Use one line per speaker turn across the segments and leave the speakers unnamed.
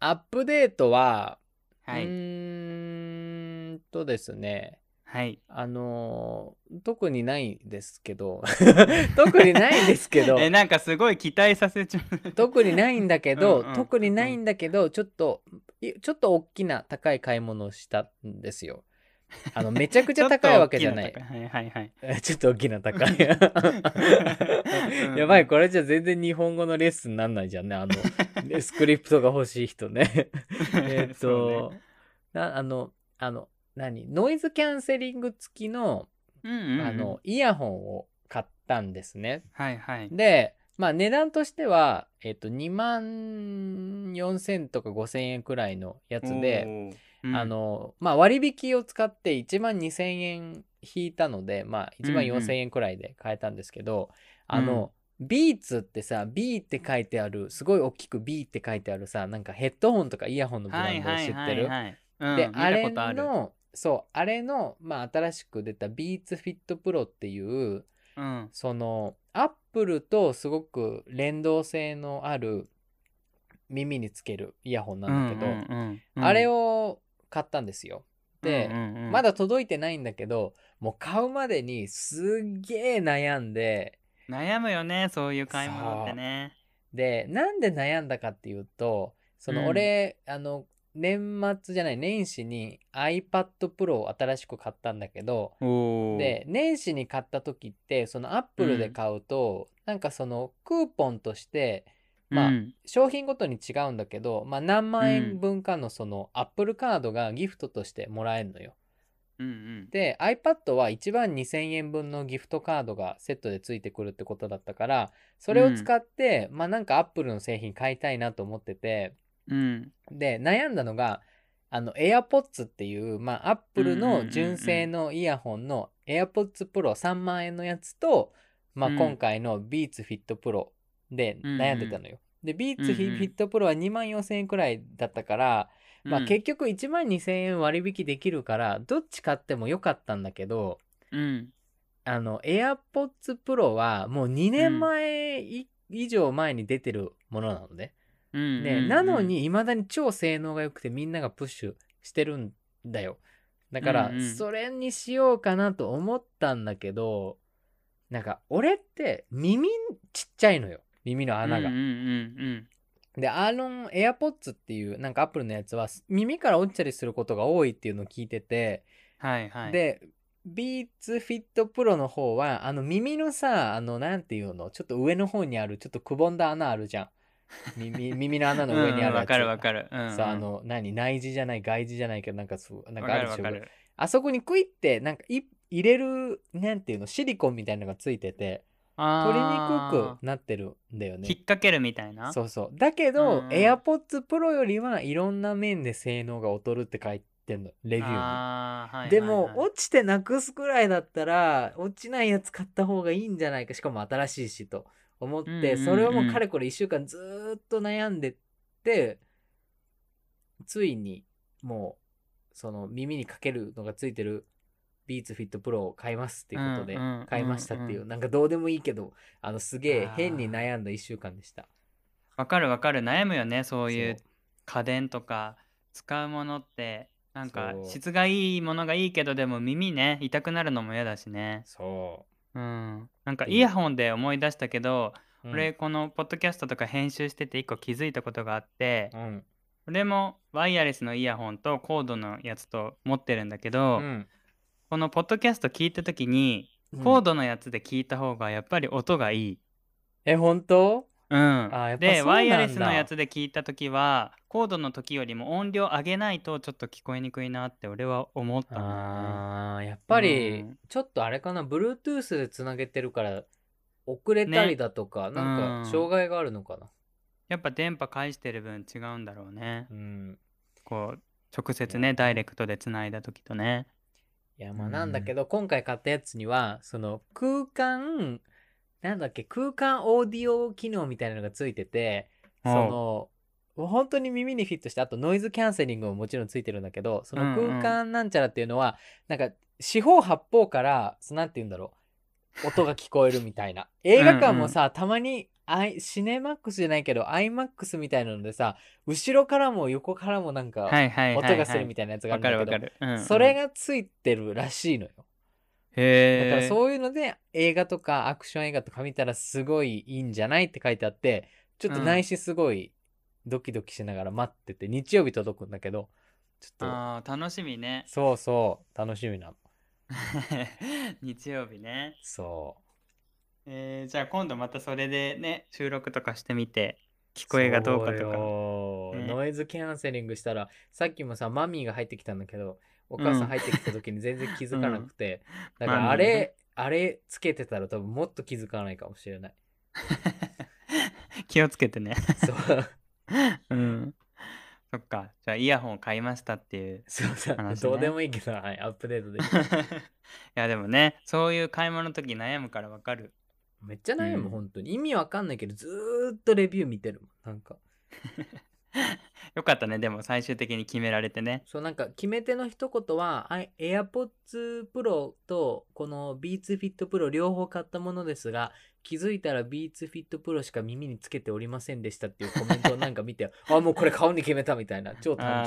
アップデートは、
は
う
い。
ーんとですね、
はい。
あのー特にないんですけ ど、特にないんですけど、
え、なんかすごい期待させちゃう。
特にないんだけど、
うんうん
特にないんだけど、ちょっと、いちょっと大きな高い買い物をしたんですよ。あの、めちゃくちゃ高いわけじゃない
ちょ。っと大きな高い
え
はいはい
ちょっと大きな高い
う。ん
やばい、これじゃ全然日本語のレッスンなんないじゃんね。 あの、スクリプトが欲しい人ね。
はい。
え っ
そ
と、
うね、
なあの、あの、何ノイズキャンセリング付きの、
うんうんうん
あの、イヤホンを買ったんですね。
はいはい。
で、まあ値段としては、えっと、2万4000とか5000円くらいのやつで、
おー、うん
あ、の、まあ割引を使って1万2000円引いたので、まあ1万
うんうん
4000円くらいで買えたんですけど、
うん
あの、ビーツってさ、B って書いてある、すごい大きく B って書いてあるさ、なんかヘッドホンとかイヤホンのブラ
はい
ンドを
は
知
い
っ
は
て
い
る
はい。うん
で、
見
あ
た
れ
ことある。
の、そう、あれの、まあ、新しく出た Beats Fit Pro っていう、
うん。
その、アップルとすごく連動性のある耳につけるイヤホンなんだけど、あれ
を、
を買ったんですよ。で、
うんうんうん
まだ届いてないんだけど、もう買うまでにすっげえ悩んで、
悩むよね、そういう買い物ってね。
で、なんで悩んだかっていうと、そ
うん
の俺、あの、年末じゃない、年始に iPad Pro を新しく買ったんだけど、
おー、
で年始に買った時ってそのアップルで買うと、なんかそのクーポンとしてまあ
うん
商品ごとに違うんだけど、まあ、何万円分かのそのアップルカードがギフトとしてもらえるのよ。
うんうん、
で iPad は1万2000円分のギフトカードがセットでついてくるってことだったからそれを使って、まあなんかアップルの製品買いたいなと思ってて
うん、
で悩んだのがあの AirPods っていう、まあ、アップル
うんうんうんう
の
ん
純正のイヤホンの AirPods Pro3 万円のやつと、まあ、
うん
今回の BeatsFit Pro で悩んでたのよ。で
うんうん
BeatsFit Pro は2万4000円くらいだったから、まあ、
うん
結局1万2000円割引できるからどっち買ってもよかったんだけど
うん、
あの AirPods Pro はもう2年前い以上前に出てるものなので、
うん
ね、なの、にいまだに超性能が良くてみんながプッシュしてるんだよだから、
うんうん
それにしようかなと思ったんだけどなんか俺って耳ちっちゃいのよ耳の
うん
穴が、
うんうん
でアーロン AirPods っていうなんかアップルのやつは耳から落ちたりすることが多いっていうのを聞いてて、
うん、はいはい。、
で BeatsFit Pro の方はあの耳のさあのなんていうのちょっと上の方にあるちょっとくぼんだ穴あるじゃん 耳耳の穴
うん
の上にあ
うん
るや
わ
つ
かるわかる。うんうん
さあの何内耳じゃない外耳じゃないけどなんかそうなんか
わか
あ
る
るで
わ
しょ
かる。
あそこにクイってなんかい入れるなんていうのシリコンみたいなのがついてて取りにくくなってるんだよ
引っ
ね
掛けるみたいな。
そうそうだけど、
うんうん
AirPods Pro よりはいろんな面で性能が劣るって書いてんのレビューに
あーはいはいはい
でも、落ちてなくすくらいだったら落ちないやつ買った方がいいんじゃないかしかも新しいしと思って、
うんうんうん
それをもうかれこれ1週間ずーっと悩んでってついにもうその耳にかけるのがついてるビーツフィットプロを買いますっていうことで
うんうんうんうん
買いましたっていうなんかどうでもいいけどあのすげえ
あー
変に悩んだ1週間でした。
わかるわかる。悩むよね、そういう
そ
家電とか使うものって。なんか
そう
質がいいものがいいけどでも耳ね痛くなるのも嫌だしね
そ
うんなんか
うん
イヤホンで思い出したけど、
う、うん、
俺このポッドキャストとか編集してて一個気づいたことがあって、
うん
俺もワイヤレスのイヤホンとコードのやつと持ってるんだけど、
うん
このポッドキャスト聞いた時にコードのやつで聞いた方がやっぱり音がいい。
え本当
うん、
あやっぱ
で
そうなんだ
ワイヤレスのやつで聞いた時はコードの時よりも音量上げないとちょっと聞こえにくいなって俺は思ったんだよね
あーやっぱり
うん
ちょっとあれかな Bluetooth でつなげてるから遅れたりだとか、なんか
うん
障害があるのかな、
やっぱ電波返してる分違うんだろうね
うん、
こう直接
いや
ねダイレクトでつないだ時とね
いやまあなんだけど、今回買ったやつにはその空間なんだっけ空間オーディオ機能みたいなのがついててその本当に耳にフィットしてあとノイズキャンセリングももちろんついてるんだけどその
うんうん
空間なんちゃらっていうのは、なんか四方八 方からそのなんて言うんだろう音が聞こえるみたいな映画館もさたまにアイシネマックスじゃないけど iMAX みたいなのでさ後ろからも横からもなんか
はいはいはい、はい。
音がするみたいなやつがあ
わ
るんだ
か
け
る
ど、
わかる。うんうん
それがついてるらしいのよだか
へ
ら
え。
そういうので映画とかアクション映画とか見たらすごいいいんじゃないって書いてあってちょっと内心すごいドキドキしながら待ってて、日曜日届くんだけどちょっ
あー楽しみね
と。そうそう楽しみなの
日曜日ね。
そ
えーじゃあ今度またそれでね、収録とかしてみて、
う
聞こえがどうかとか。
そうよ
ね
ノイズキャンセリングしたらさっきもさマミーが入ってきたんだけどお母さ
うん
ん入ってきた時に全然気づかなくて、
う
だ
ん
か
マミ
ら
ー
あれ、
ね
あれつけてたら多分もっと気づかないかもしれない
気をつけてね。
そう
うん。 そっか。じゃあイヤホンを買いましたっていう。
そうだ、
話ね
どうでもいいけど、はい、アップデートできる
いやでもね、そういう買い物の時悩むからわかる。
めっちゃ悩む、
うん
本当に。意味わかんないけど、ずーっとレビュー見てるもん。なんか、
よかったね、でも最終的に決められてね。
そうなんか、決め手の一言は、あ AirPods Pro とこの Beats Fit Pro 両方買ったものですが、気づいたら Beats Fit Pro しか耳につけておりませんでしたっていうコメントを なんか見て、あ、もうこれ買うに決めたみたいな、超単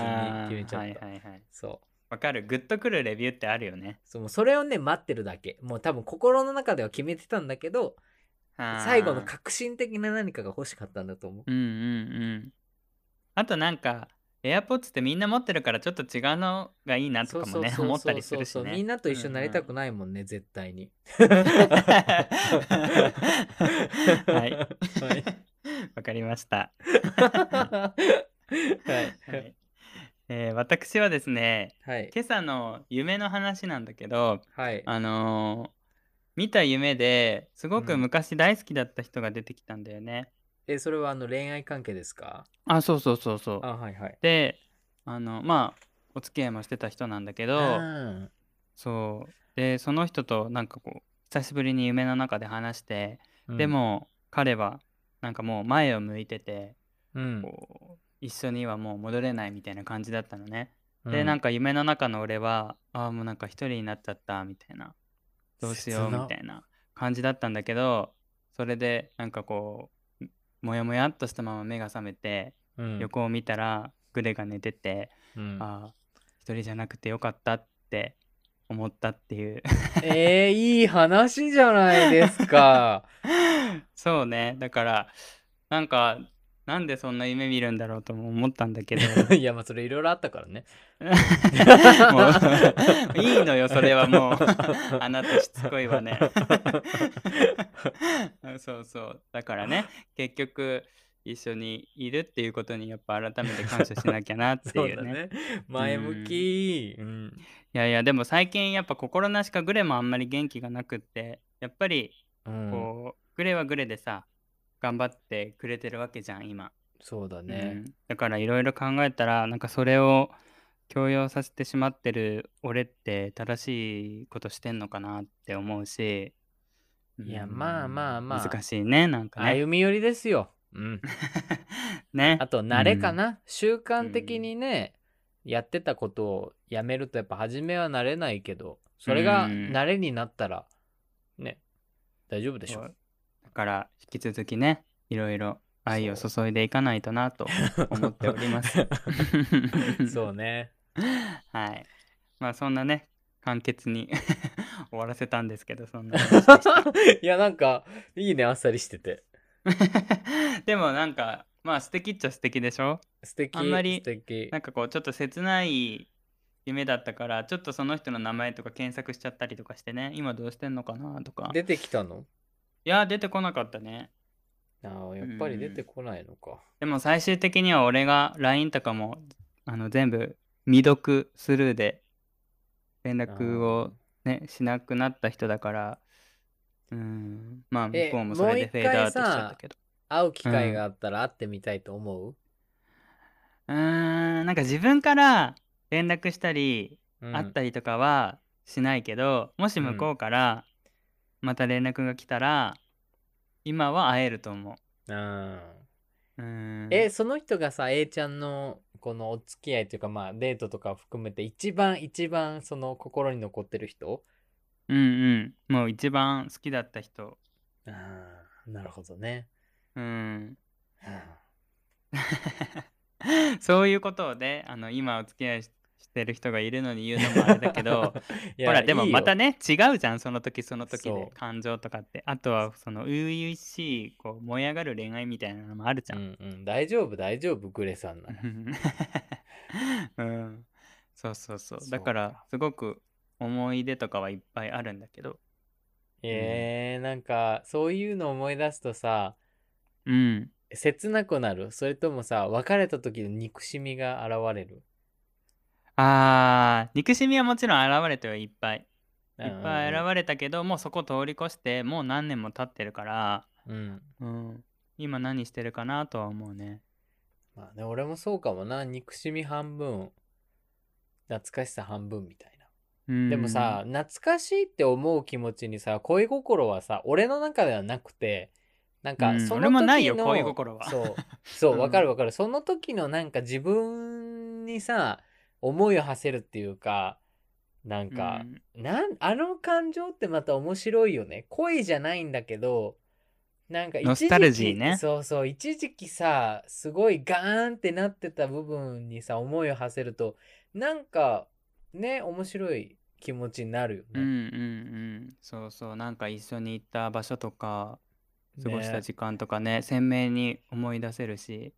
純に決めちゃった。
あーはいはいはい。
そう。
わかる。グッとくるレビューってあるよね。
そうもうそれをね、待ってるだけ。もう多分心の中では決めてたんだけど、
あー
最後の革新的な何かが欲しかったんだと思う。
うんうんうん。あとなんか、AirPods ってみんな持ってるからちょっと違うのがいいなとかもね、思ったりするしね。
みんなと一緒になりたくないもんね、絶対に。
は
はい
わかりました。
はい。
はいえー私はですね、
はい。
今朝の夢の話なんだけど、
はい。
あのー見た夢ですごく昔大好きだった人が出てきたんだよね。
え、それはあの恋愛関係ですか
あ、そうそうそうそう。
あ、はいはい。
で、あの、まあ、お付き合いもしてた人なんだけど、
うん
そうでその人となんかこう久しぶりに夢の中で話して、で、も彼はなんかもう前を向いてて、
うん
こう一緒にはもう戻れないみたいな感じだったのね、でなん
か、
か夢の中の俺はああもうなんか一人になっちゃったみたいなどうしよう
切な
みたいな感じだったんだけどそれでなんかこうもやもやっとしたまま目が覚めて、
うん
横を見たらグレが寝てて、
うん
ああ一人じゃなくてよかったって思ったっていう
えー、いい話じゃないですか。
そうねだからなんかなんでそんな夢見るんだろうとも思ったんだけど
いや、まあ、それいろいろあったからね。
もういいのよそれはもうあなたしつこいわねそうそうだからね結局一緒にいるっていうことにやっぱ改めて感謝しなきゃなって
そう
いう
だ
ね
ね。前向き。うん
いやいやでも最近やっぱ心なしかグレもあんまり元気がなくってやっぱり
うん。
こう、グレはグレでさ頑張ってくれてるわけじゃん今
そうだ
う
ね。
んだからいろいろ考えたらなんかそれを強要させてしまってる俺って正しいことしてんのかなって思うし
いや
うん
まあまあまあ
難しいねなんかね
歩み寄りですよ。うん。
ね
あと慣れかな、習慣的にね、やってたことをやめるとやっぱ初めは慣れないけどそれが
うん
慣れになったらね大丈夫でしょ
そうだから引き続きねいろいろ愛を注いでいかないとな と 思っております
そうね
はい。まあそんなね、簡潔に 終わらせたんですけど、そ んな話でし
いやなんかいいねあっさりしてて
た。でもなんか、まあ素敵っちゃ素敵でしょ
素敵
あんまり
素敵
なんかこう、ちょっと切ない夢だったから、ちょっとその人の名前とか検索しちゃったりとかしてね、今どうしてんのかなとか。
出てきたの
いや、出てこなかったね。
ああやっぱり出てこないのか、
でも最終的には俺が LINE とかも、あの、全部未読スルーで連絡をね、しなくなった人だから、うん、まあ
え
向こうもそれでフェードアウトしちゃったけど。
会う機会があったら会ってみたいと思う、
うーんなんか自分から連絡したり
うん
会ったりとかはしないけど、もし向こうからまた連絡が来たら、今は会えると思
うん
う。うーん
えその人がさ A ちゃんのこのお付き合いというかまあデートとかを含めて一番一番その心に残ってる人
うんうんもう一番好きだった人
ああなるほどね
うん。
うん
そういうことをね、あの今お付き合いししてる人がいるのに言うのもあれ だけど、
い
ほ
や
らでも
いいよ
またね違うじゃんその時その時
そ
で
う
感情とかってあとはその初々しいこう燃え上がる恋愛みたいなのもあるじゃ、
うんんうん、大丈夫大丈夫グレさんなら
うん そうそうそう
そうか
だからすごく思い出とかはいっぱいあるんだけど
えー、なんかそういうの思い出すとさ
うん
切なくなるそれともさ別れた時の憎しみが現れる
あー憎しみはもちろん現れてはいっぱいいっぱい
現
現れたけどもうそこ通り越してもう何年も経ってるから、
れるうん
うん、今何してるかなとは思うね
まあね俺もそうかもな憎しみ半分懐かしさ半分みたいなでもさ、懐かしいって思う気持ちにさ恋心はさ俺の中ではなくてなん
う
か
ん
その時の、
俺もないよ恋心は
そう そううんわかるわかるその時のなんか自分にさ思いを馳せるっていうかなん
うん
か、なんあの感情ってまた面白いよね恋じゃないんだけどなんか一時期
ノスタルジーね
そうそう一時期さすごいガーンってなってた部分にさ思いを馳せるとなんかね面白い気持ちになるよ
うんうん
ね、
うんそうそうなんか一緒に行った場所とか
ね
過ごした時間とかね鮮明に思い出せるし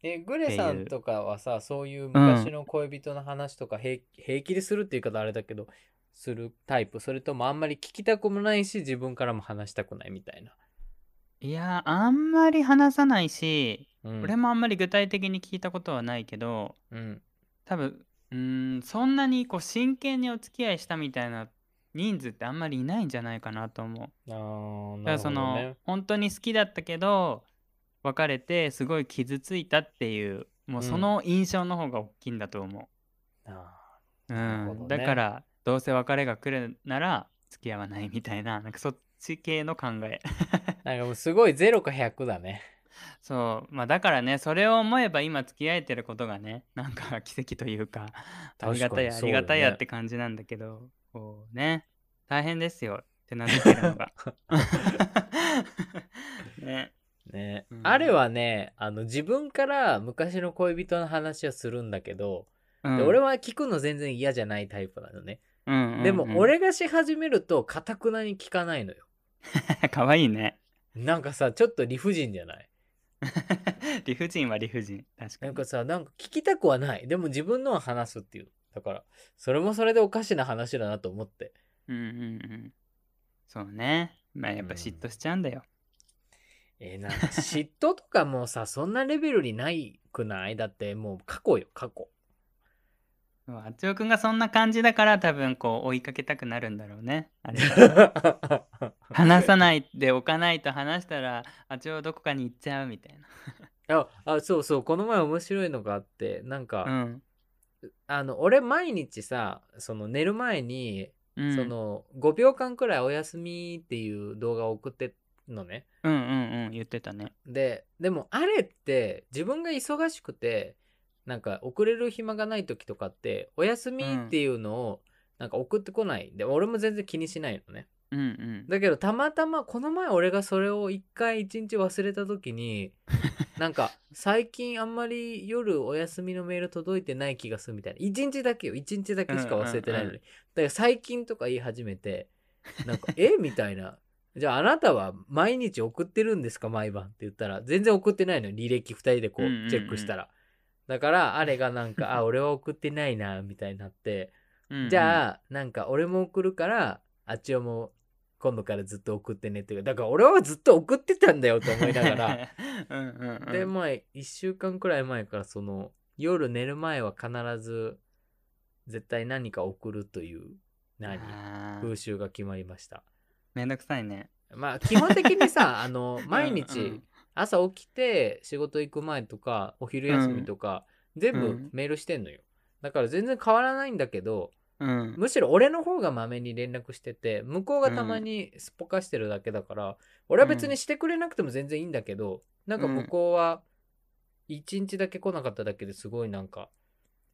えグレさんとかはさそういう昔の恋人の話とか平,、平気でするっていう言い方あれだけどするタイプそれともあんまり聞きたくもないし自分からも話したくないみたいな、
いやーあんまり話さないし、
うん、
俺もあんまり具体的に聞いたことはないけど
うん
多分うーんそんなにこう真剣にお付き合いしたみたいな人数ってあんまりいないんじゃないかなと思
あ
う。
ーなる
だから
ほ
そ
ど
の、
ね
本当に好きだったけど別れてすごい傷ついたっていうもうその印象の方が大きいんだと思う。
あー
う
なるほ
ん、
どね
だからどうせ別れが来るなら付き合わないみたいななんかそっち系の考え
なんかもうすごい0か100だね。
そうまあだからねそれを思えば今付き合えてることがね なんか奇跡というか ありがた
確かに
やあ
そう
り
よね
がたやって感じなんだけどこうね大変ですよって名付けるの がね
ね、
うん
あれはねあの自分から昔の恋人の話をするんだけど、
う
で
ん
俺は聞くの全然嫌じゃないタイプなのね、
うんうん
でも
うん
俺がし始めるとかたくなに聞かないのよ
かわいいね
なんかさちょっと理不尽じゃない
理不尽は理不尽確か
なん
に
かさなんか聞きたくはないでも自分のは話すっていうだからそれもそれでおかしな話だなと思って
うんうんうんそうねまあやっぱ嫉妬しちゃうんだよ、
えーなんか嫉妬とかもさそんなレベルにないくないだってもう過去よ過去
そうあっちおくんがそんな感じだから多分こう追いかけたくなるんだろうね。あれ話さないでおかないと話したらあっちおどこかに行っちゃうみたい
ああそうそうこの前面白いのがあってなんか、
な。うん。
あの俺毎日さその寝る前に、
うん、
その5秒間くらいお休みっていう動画を送ってんのね
うんうんうん言ってたね。
ででもあれって自分が忙しくてなんか遅れる暇がない時とかってお休みっていうのをなんか送ってこないで俺も全然気にしないのね
うんうん。
だけどたまたまこの前俺がそれを一回一日忘れた時 になんか最近あんまり夜お休みのメール届いてない気がするみたいな一日だけよ一日だけしか忘れてないのに、
うんうんうん
だから最近とか言い始めてなんかえみたいなじゃああなたは毎日送ってるんですか毎晩って言ったら全然送ってないのよ履歴2人でこ
うんうんう
うんチェックしたら、だからあれがなんかあ俺は送ってないなみたいになって
うんうん。
じゃあ、なんか俺も送るから、あっちをも今度からずっと送ってねっていうだから俺はずっと送ってたんだよと思いながら。
うんうん うん。
で、まあ、1週間くらい前から、その、夜寝る前は必ず、絶対何か送るという、何
あー
風習が決まりました。
めんどくさいね。
まあ、基本的に さ、あの、毎
うんう
日
ん、
朝起きて、仕事行く前とか、お昼休みとか、全
う
部
ん
メールしてんのよ。だから全然変わらないんだけど、
うん。
むしろ俺の方がまめに連絡してて向こうがたまにすっぽかしてるだけだから、俺は別にしてくれなくても全然いいんだけど、なんか向こうは1日だけ来なかっただけですごいなんか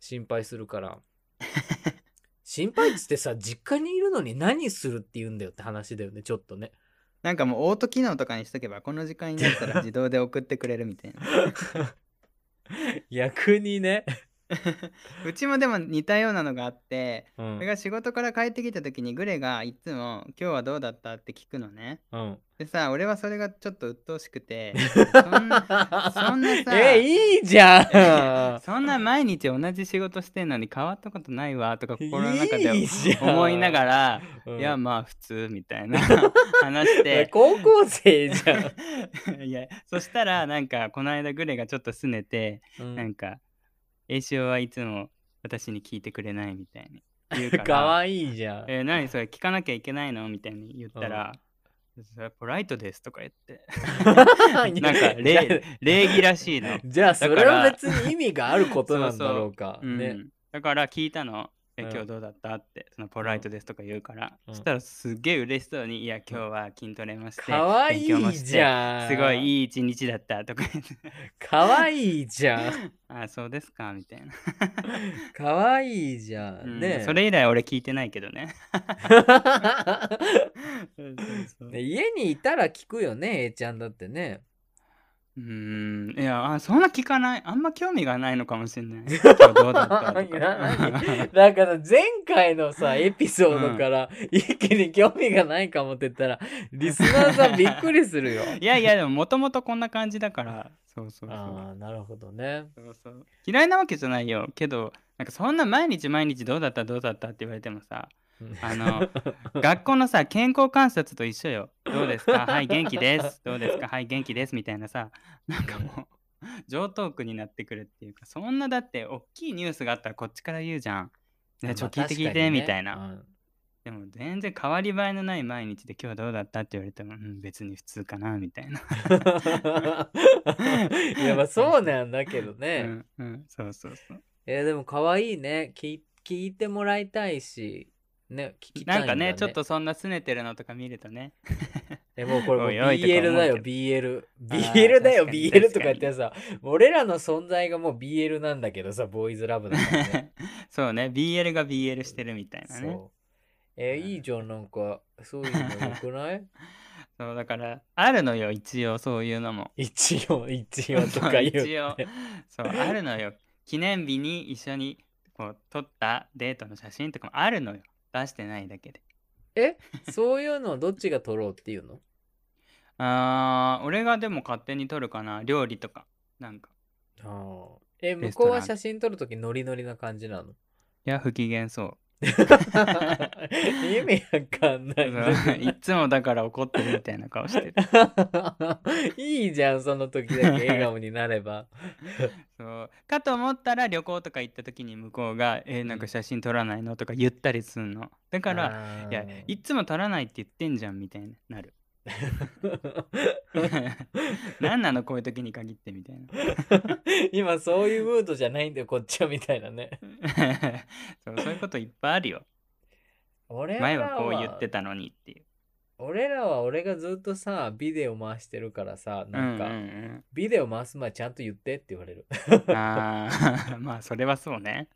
心配するから 心配っつってさ実家にいるのに何するって言うんだよって話だよねちょっとね
なんかもうオート機能とかにしとけば、この時間になったら自動で送ってくれる みたいな。
逆にね。
うちもでも似たようなのがあって、
う
俺
ん。
が仕事から帰ってきた時にグレがいつも「今日はどうだった?」って聞くのね。
うん。
でさ、俺はそれがちょっと鬱陶しく て、そんなそんなさ
え、いいじゃん
そんな毎日同じ仕事してんのに変わったことないわとか心の中
い
で
いじゃん
思いながら、
うん
いやまあ普通みたいな話 して。
高校生じ ゃん。
いやそしたらなんかこの間グレがちょっと拗ねて、
うん
なんか「栄翔はいつも私に聞いてくれない」みたいに言うから
かわいいじゃん。
えー何それ聞かなきゃいけないのみたいに言ったら、それはポライトですとか言って なんか
じゃあ
礼礼儀らしいの、
じゃあそれ
だ
は
から
別に意味があることなんだろうか。
うん
ね。
だから聞いたの「え
うん
今日どうだった?」ってそのポライトですとか言うから、
うん
そしたらすげえ嬉しそうに「いや今日は筋トレもして
かわい
勉強も
い
して
じゃん。
すごいいい一日だった」とか 言って
かわいいじゃん。
「あそうですか」みたいな、
かわいいじゃ
うん
ん。 ね
それ以来俺聞いてないけどね
ね家にいたら聞くよね、A ちゃんだってね。
うーんいやあそんな聞かないあんま興味がないのかもしれな い今日どうだったと
いや
か
だから前回のさ、エピソードから一気に興味がないかもって言ったら、リスナーさんびっくりす るよ。
いやいやでももともとこんな感じだからそうそうそう
ああ、なるほどね。
そうそう嫌いなわけじゃないよけどなんかそんな毎日毎日どうだったどうだったって言われてもさ あの学校のさ健康観察と一緒よどうですかはい元気ですどうですかはい元気ですみたいなさなんかもう上等句になってくるっていうかそんなだって大きいニュースがあったらこっちから言うじゃん、ね、ちょ
まあ
聞いて聞い
確か
て
にね
みたいな、
うん
でも全然変わり映えのない毎日で今日はどうだったって言われても、うん、別に普通かなみたいな。
いやまあそうなんだけどね、
うんうん、そうそうそう。
えーでも可愛いね聞い聞いてもらいたいしね聞きたい
なんん
だ
か
ね
ね、ちょっとそんな拗ねてるのとか見るとね。
えもうこれもう
おいおいとか思
BL だよ
うけ
BLBL
あー
だよ
確かに
BL とか言ってさ俺らの存在がもう BL なんだけどさボーイズラブだからね
そうね、BL が BL してる みたいなね。
そうえーいいじゃんなんかそういうのよくない
そうだから、あるのよ、一応そういうのも。
一応一応と か言う
一応そう、あるのよ。記念日に一緒にこう撮ったデートの写真とかもあるのよ。出してないだけで。
そういうのをどっちが取ろうっていうの
あー、俺がでも勝手に撮るかな、料理とか。なんか。
ああ。え、
レ
向
ス
こ
ト
う
ラン
は写真撮るときノリノリな感じな の
いや、不機嫌そう。
意味わかんないんだ
そう
け
いつもだから怒ってるみたいな顔して る。
ど。 いいじゃん、その時だけ笑顔になれば。
そうかと思ったら旅行とか行った時に向こうが「えーなんか写真撮らないの?」とか言ったりすんの。だから
ら
「いやいつも撮らないって言ってんじゃん」みたいに なる。 何なのこういう時に限ってみたいな。
今そういうムードじゃないんだよ、こっちはみたいなね。
そうそういうこといっぱいあるよ。
俺
前
ら
は
は
こう言ってたのにっていう。
俺らは俺がずっとさ、ビデオ回してるからさ、なんか、
うんうん
ビデオ回す前ちゃんと言ってって言われる。
うん、あー まあそれはそうね。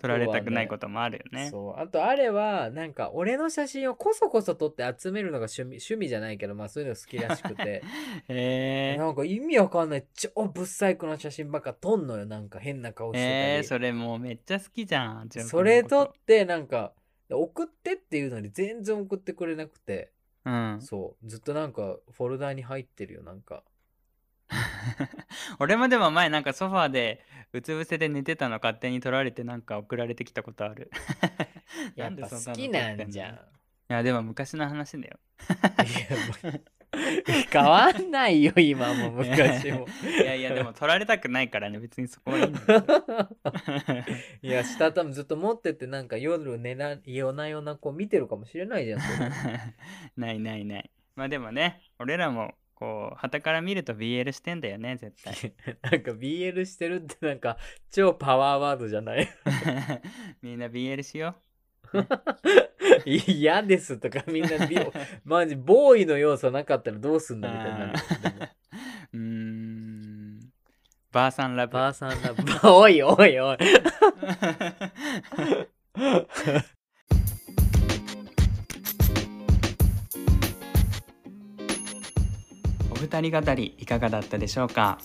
撮られたくな
とはね
いこともあるよね。
そうあとあれはなんか俺の写真をこそこそ撮って集めるのが趣味趣味じゃないけどまあそういうの好きらしく て
えー
なんか意味わかんない超ぶっさいくな写真ばっか撮んのよなんか変な顔してたり、
えー、それもうめっちゃ好きじゃん。ジョン君の
それ
こ
撮ってなんか送ってっていうのに全然送ってくれなくて、
うん、
そうずっとなんかフォルダに入ってるよなんか
俺もでも前なんかソファーでうつ伏せで寝てたの勝手に撮られてなんか送られてきたことある
やっ
で
ぱ
そんなの
好きなんじゃん
撮ってんのいやでも昔の話だよ
いや 変わんないよ今も昔 も
いやいやでも撮られたくないからね別にそこはいいんだけ ど
いや、したためずっと持ってって、なんか夜寝な、夜な夜なこう見てるかもしれないじゃん、それ
ないないないまあでもね俺らもこう傍から見ると BL してんだよね絶対
なんか BL してるってなんか超パワーワードじゃない
みんな BL しよ
嫌ですとかみんな
う
ビ オ、マジボーイの要素なかったらどうすんだみたいになる。でも
うーんばあさんラブ
ばあさんだ、ば おいおいおい。
二人語りいかがだったでしょうか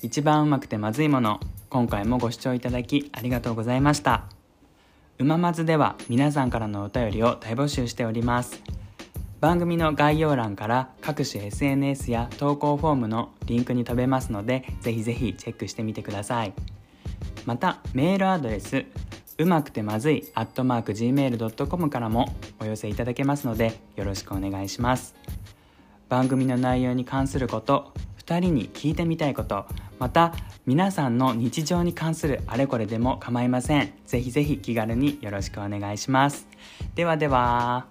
一番うまくてまずいもの今回もご視聴いただきありがとうございましたうままずでは皆さんからのお便りを大募集しております番組の概要欄から各種 SNS や投稿フォームのリンクに飛べますのでぜひぜひチェックしてみてくださいまたメールアドレスうまくてまずい gmail.com からもお寄せいただけますのでよろしくお願いします番組の内容に関すること2人に聞いてみたいことまた皆さんの日常に関するあれこれでも構いませんぜひぜひ気軽によろしくお願いしますではでは